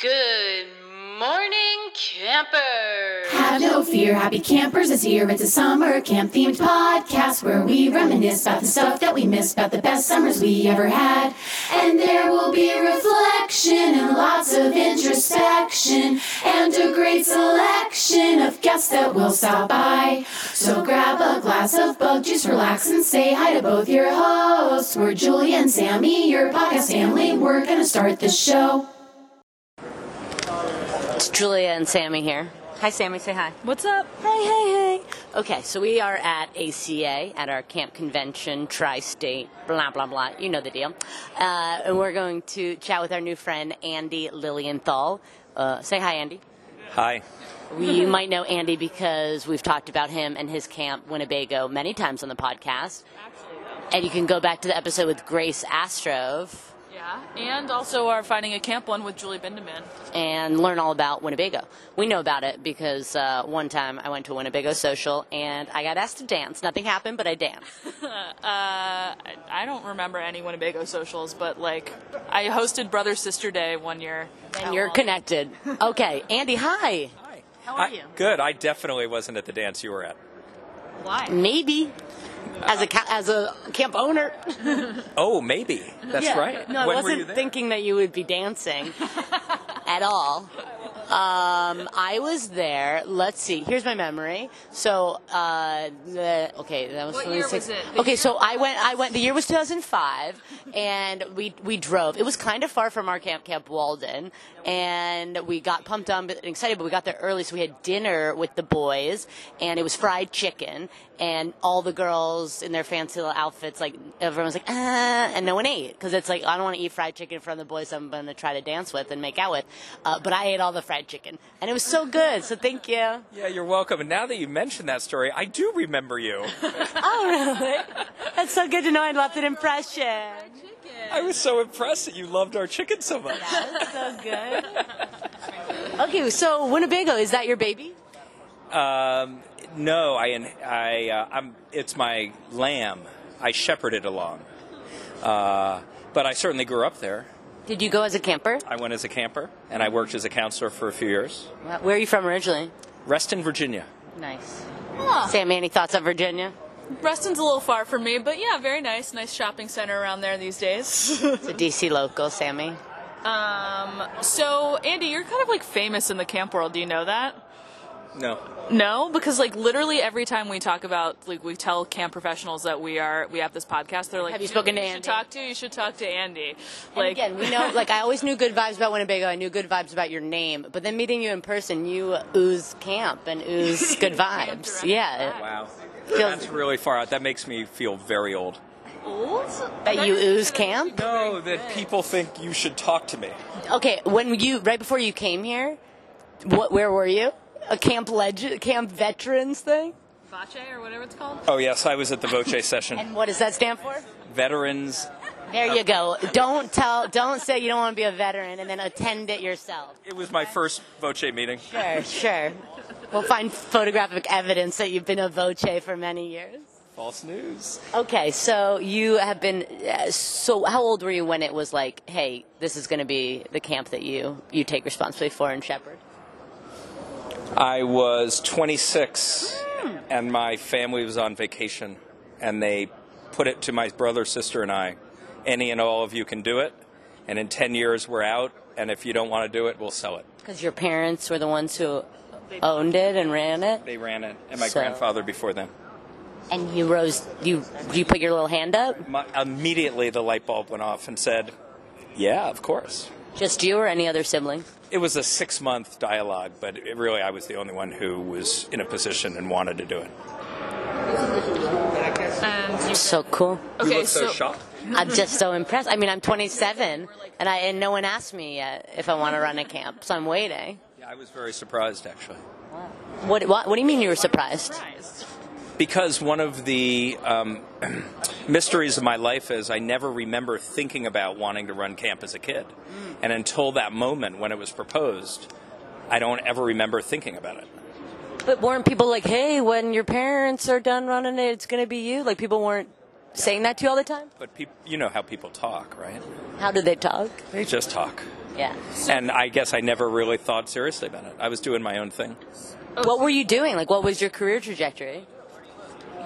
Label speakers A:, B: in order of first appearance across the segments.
A: Good morning, campers!
B: Have no fear, happy campers is here. It's a summer camp themed podcast where we reminisce about the stuff that we missed, about the best summers we ever had. And there will be reflection and lots of introspection and a great selection of guests that will stop by. So grab a glass of bug juice, relax, and say hi to both your hosts. We're Julie and Sammy, your podcast family. We're gonna start the show.
C: It's Julia and Sammy here. Hi, Sammy. Say hi.
D: What's up?
C: Hey, hey, hey. Okay, so we are at ACA at our camp convention, tri-state, blah blah blah. You know the deal. Uh, and we're going to chat with our new friend Andy Lilienthal. Uh, say hi, Andy.
E: Hi.
C: We, you might know Andy because we've talked about him and his camp Winnebago many times on the podcast. And you can go back to the episode with Grace Astrove.
D: Yeah, and also are finding a camp one with Julie Bendeman.
C: and learn all about Winnebago. We know about it because uh, one time I went to a Winnebago social and I got asked to dance. Nothing happened, but I danced.
D: Uh, I, I don't remember any Winnebago socials, but like I hosted Brother Sister Day one year. Um,
C: And you're connected. Okay, Andy, hi.
E: Hi.
D: How are you?
E: Good. I definitely wasn't at the dance you were at.
D: Why?
C: Maybe as a ca- as a camp owner.
E: Oh, maybe. That's
C: Yeah.
E: right.
C: No, I
E: when were you
C: wasn't
E: there?
C: thinking that you would be dancing at all. Um, I was there. Let's see. Here's my memory. So, uh, the, okay, that was
D: What year
C: 26
D: was it? The
C: okay, so I went. I went. The year was 2005, and we we drove. It was kind of far from our camp, Camp Walden, and we got pumped up and excited. But we got there early, so we had dinner with the boys, and it was fried chicken, and all the girls in their fancy little outfits. Like everyone was like, ah, and no one ate because it's like I don't want to eat fried chicken in front of the boys. I'm going to try to dance with and make out with, uh, but I ate all the fried chicken, and it was so good. So thank you.
E: Yeah, you're welcome. And now that you mentioned that story, I do remember you.
C: Oh really? That's so good to know. I left an impression.
E: I was so impressed that you loved our chicken so much.
C: so good. Okay, so Winnebago, is that your baby?
E: Um, no, I, I, uh, I'm. It's my lamb. I shepherd it along. Uh, but I certainly grew up there.
C: Did you go as a camper?
E: I went as a camper, and I worked as a counselor for a few years.
C: Where are you from originally?
E: Reston, Virginia.
C: Nice. Sam, any thoughts on Virginia?
D: Reston's a little far from me, but yeah, very nice. Nice shopping center around there these days.
C: It's a DC local, Sammy.
D: um, so Andy, you're kind of like famous in the camp world. Do you know that?
E: No.
D: No, because like literally every time we talk about like we tell camp professionals that we are we have this podcast, they're like,
C: Have you
D: "Dude,
C: spoken to
D: you
C: Andy?"
D: Should talk to you should talk to Andy.
C: Like,
D: Like
C: again, we know, like, I always knew good vibes about Winnebago. I knew good vibes about your name. But then meeting you in person, you ooze camp and ooze good vibes.
D: direct
C: Yeah.
E: Wow.
C: Feels-
E: That's really far out. That makes me feel very old.
C: That you ooze camp?
E: No, that people think you should talk to me.
C: Okay, when you, right before you came here, what, where were you? A camp legend, camp veterans thing?
D: Vache or whatever it's called.
E: Oh yes, I was at the Voce session.
C: And what does that stand for?
E: Veterans.
C: There you go. Don't tell. Don't say you don't want to be a veteran and then attend it yourself.
E: It was my first Voce meeting.
C: Sure, sure. We'll find photographic evidence that you've been a voce for many years.
E: False news.
C: Okay, so you have been. uh, So, how old were you when it was like, hey, this is going to be the camp that you you take responsibility for and shepherd?
E: I was 26,
C: Hmm.
E: and my family was on vacation, and they put it to my brother, sister, and I. Any and all of you can do it, and in 10 years we're out. And if you don't want to do it, we'll sell it.
C: Because your parents were the ones who owned it and ran it,
E: They ran it, and my
C: So-
E: grandfather before them.
C: and you rose. You you put your little hand up.
E: My, immediately, the light bulb went off and said, "Yeah, of course."
C: Just you or any other sibling?
E: It was a six month dialogue, but it, really I was the only one who was in a position and wanted to do it.
D: And you,
C: So cool.
D: okay, so
C: I'm just so impressed. I mean, I'm 27, and I and no one asked me yet if I want to run a camp, so I'm waiting.
E: Yeah, I was very surprised actually.
C: What what, what do you mean you were surprised?
D: surprised.
E: Because one of the um, mysteries of my life is I never remember thinking about wanting to run camp as a kid. And until that moment when it was proposed, I don't ever remember thinking about it.
C: But weren't people like, hey, when your parents are done running it, it's gonna be you? Like people weren't saying that to you all the time.
E: But peop you know how people talk, right?
C: How did they talk?
E: They just talk.
C: Yeah.
E: And I guess I never really thought seriously about it. I was doing my own thing.
C: What were you doing? Like, what was your career trajectory?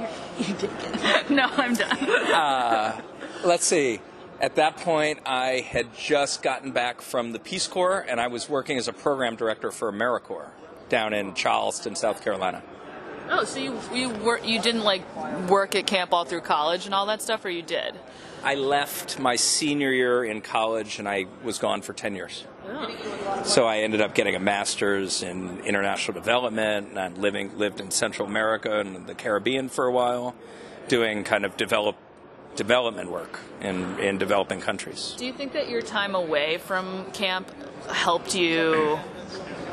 D: No, I'm done.
E: Let's see. At that point, I had just gotten back from the Peace Corps, and I was working as a program director for AmeriCorps down in Charleston, South Carolina.
D: Oh, so you you were you didn't like work at camp all through college and all that stuff, or you did?
E: I left my senior year in college, and I was gone for 10 years. So I ended up getting a master's in international development, and I living lived in Central America and the Caribbean for a while, doing kind of develop development work in, in developing countries.
D: Do you think that your time away from camp helped you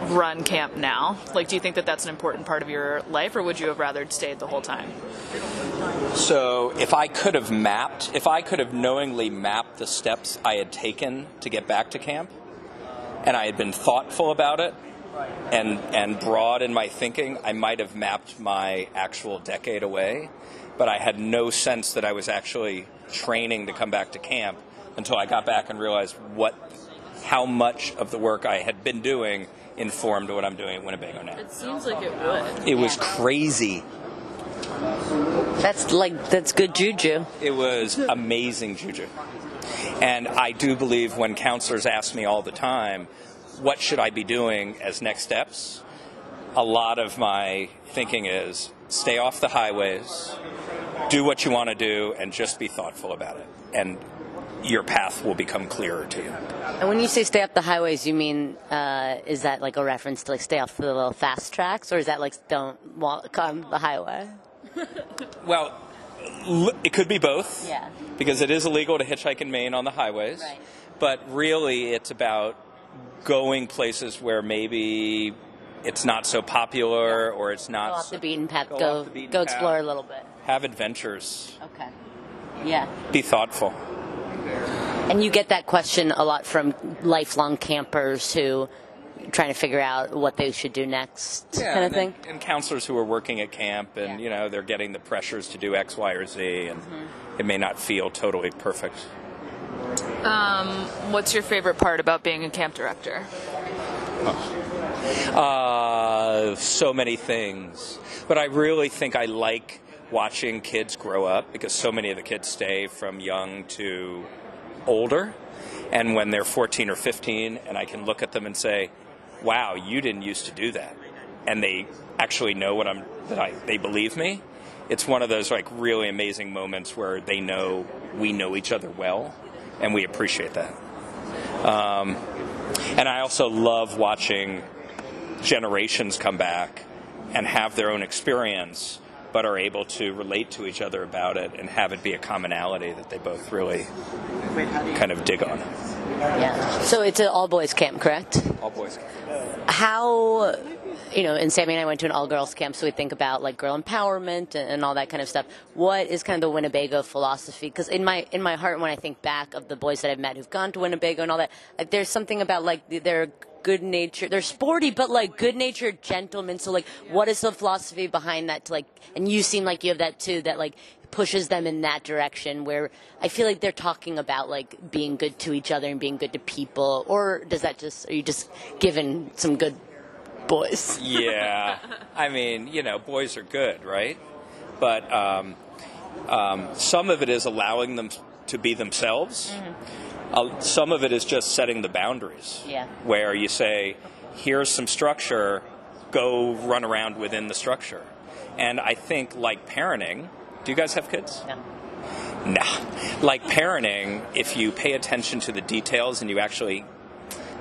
D: run camp now? Like, do you think that that's an important part of your life, or would you have rather stayed the whole time?
E: So if I could have mapped, if I could have knowingly mapped the steps I had taken to get back to camp, and I had been thoughtful about it, and and broad in my thinking, I might have mapped my actual decade away, but I had no sense that I was actually training to come back to camp until I got back and realized what how much of the work I had been doing informed what I'm doing at Winnebago now.
D: It seems like it would.
E: It was crazy.
C: That's like, that's good juju.
E: It was amazing juju. And I do believe when counselors ask me all the time, what should I be doing as next steps? A lot of my thinking is stay off the highways, do what you want to do, and just be thoughtful about it. And your path will become clearer to you.
C: And when you say stay up the highways, you mean uh, is that like a reference to like stay off the little fast tracks, or is that like don't walk on the highway?
E: Well, l- it could be both.
C: Yeah.
E: Because it is illegal to hitchhike in Maine on the highways.
C: Right.
E: But really, it's about going places where maybe it's not so popular or it's not.
C: Go off
E: so-
C: the beaten path. Go
E: off
C: go,
E: the beaten path.
C: explore a little bit.
E: Have adventures.
C: Okay. Yeah.
E: Be thoughtful.
C: And you get that question a lot from lifelong campers who are trying to figure out what they should do next, kind of
E: and,
C: thing.
E: and counselors who are working at camp, and
C: Yeah.
E: you know they're getting the pressures to do X, Y, or Z, and
C: Mm-hmm.
E: it may not feel totally perfect.
D: Um, What's your favorite part about being a camp director?
E: Uh, so many things. But I really think I like watching kids grow up because so many of the kids stay from young to older. And when they're 14 or 15, and I can look at them and say, wow, you didn't used to do that. And they actually know what I'm, that I, they believe me. It's one of those like really amazing moments where they know we know each other well and we appreciate that. Um, and I also love watching generations come back and have their own experience, but are able to relate to each other about it and have it be a commonality that they both really kind of dig on.
C: Yeah. So it's an all boys camp, correct?
E: All boys.
C: how you know and sammy and i went to an all girls camp so we think about like girl empowerment and, and all that kind of stuff what is kind of the winnebago philosophy because in my in my heart when i think back of the boys that i've met who've gone to winnebago and all that like, there's something about like th- they're good natured they're sporty but like good natured gentlemen so like what is the philosophy behind that to like and you seem like you have that too that like pushes them in that direction where i feel like they're talking about like being good to each other and being good to people or does that just are you just given some good boys
E: Yeah. I mean, you know, boys are good, right? But um, um, some of it is allowing them to be themselves. Uh, some of it is just setting the boundaries.
C: Mm-hmm. Yeah.
E: Where you say, here's some structure, go run around within the structure. And I think, like parenting, do you guys have kids?
C: No.
E: Nah. Like parenting, if you pay attention to the details and you actually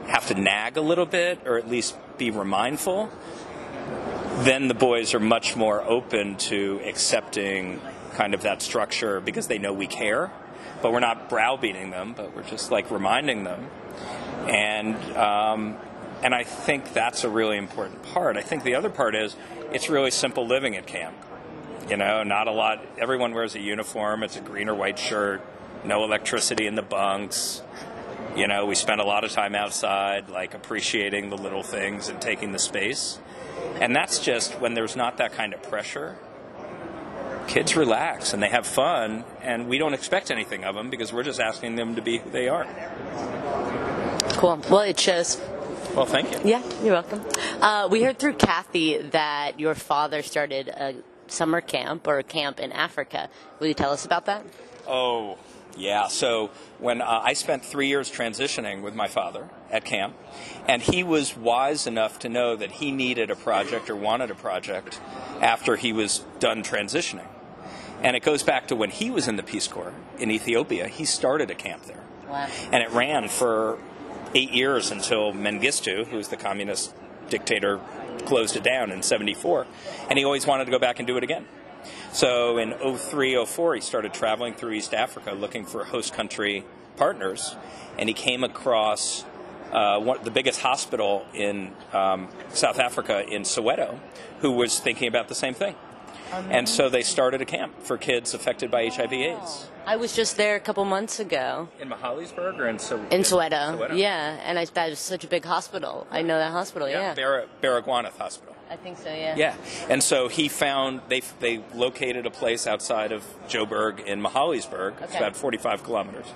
E: have to nag a little bit or at least be remindful, then the boys are much more open to accepting kind of that structure because they know we care. But we're not browbeating them, but we're just like reminding them. And um, and I think that's a really important part. I think the other part is it's really simple living at camp. You know, not a lot. Everyone wears a uniform. It's a green or white shirt. No electricity in the bunks. You know, we spend a lot of time outside, like appreciating the little things and taking the space. And that's just when there's not that kind of pressure. Kids relax and they have fun, and we don't expect anything of them because we're just asking them to be who they are.
C: Cool. Well, it shows.
E: Well, thank you.
C: Yeah, you're welcome. Uh, we heard through Kathy that your father started a summer camp or a camp in Africa. Will you tell us about that?
E: Oh, yeah. So when uh, I spent three years transitioning with my father at camp, and he was wise enough to know that he needed a project or wanted a project after he was done transitioning. And it goes back to when he was in the Peace Corps in Ethiopia, he started a camp there.
C: Wow.
E: And it ran for eight years until Mengistu, who was the communist dictator, closed it down in 74. And he always wanted to go back and do it again. So in 03, 04, he started traveling through East Africa looking for host country partners, and he came across uh, one, the biggest hospital in um, South Africa in Soweto, who was thinking about the same thing. And so they started a camp for kids affected by HIV/AIDS
C: I was just there a couple months ago
E: in Mahalisburg or in, so-
C: in Soweto. Yeah, and I, that was such a big hospital. I know that hospital. Yeah.
E: yeah. Barra- Baragwanath Hospital.
C: I think so. Yeah.
E: Yeah, and so he found they they located a place outside of Joburg in Mahalisburg. It's
C: Okay.
E: about 45 kilometers,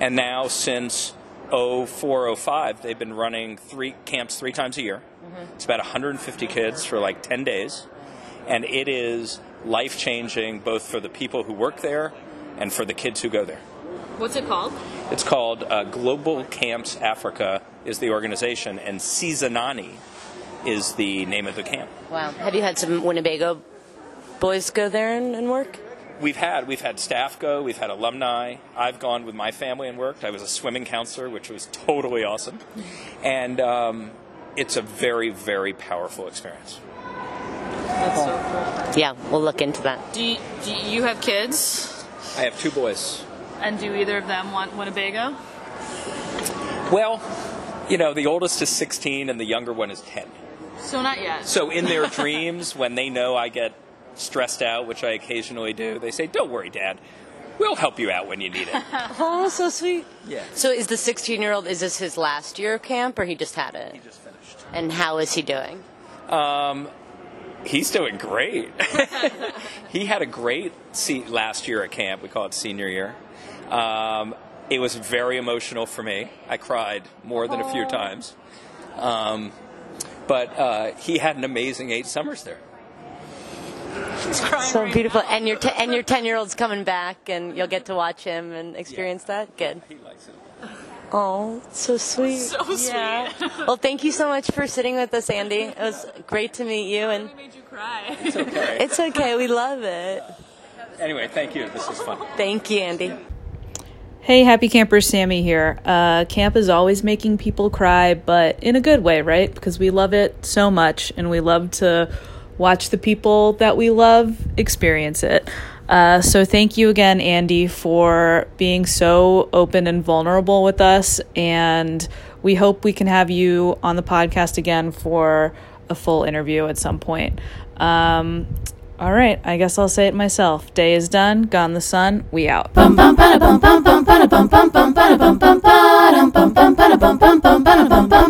E: and now since 0405 they've been running three camps three times a year.
D: Mm-hmm.
E: It's about 150 kids for like 10 days, and it is life changing both for the people who work there and for the kids who go there.
D: What's it called?
E: It's called uh, Global Camps Africa is the organization, and Seasonani is the name of the camp.
C: Wow. Have you had some Winnebago boys go there and, and work?
E: we've had we've had staff go we've had alumni i've gone with my family and worked i was a swimming counselor which was totally awesome and um, it's a very very powerful experience
C: Yeah, we'll look into that.
D: Do you, do you have kids?
E: i have two boys
D: And do either of them want Winnebago?
E: well you know the oldest is 16 and the younger one is 10
D: So not yet.
E: so in their dreams when they know i get stressed out which i occasionally do they say don't worry dad we'll help you out when you need it
C: Oh, so sweet.
E: Yeah.
C: So is the 16-year-old? Is this his last year of camp, or he just had it? He just finished. And how is he doing?
E: He's doing great. he had a great se- last year at camp. We call it senior year. Um, it was very emotional for me. I cried more than a few times. Um, but uh, he had an amazing eight summers there.
C: So beautiful. And your t- and your 10-year-old's coming back, and you'll get to watch him and experience that. Good.
E: He likes it.
C: Oh, so sweet. So yeah. sweet. well, thank you so much for sitting with us, Andy. It was great to meet you, and
D: made you cry.
C: it's okay. We love it.
E: Anyway, thank you. This was fun.
C: Thank you, Andy.
F: Hey, happy campers, Sammy here. Uh, camp is always making people cry, but in a good way, right? Because we love it so much and we love to watch the people that we love experience it. Uh, so, thank you again, Andy, for being so open and vulnerable with us. And we hope we can have you on the podcast again for a full interview at some point. Um, all right, I guess I'll say it myself. Day is done, gone the sun, we out.
B: bum bum bada bum bum bum bada bum bum bum bada bum bum bada bum bum bada bum bum bada bum bum bum bada bum bum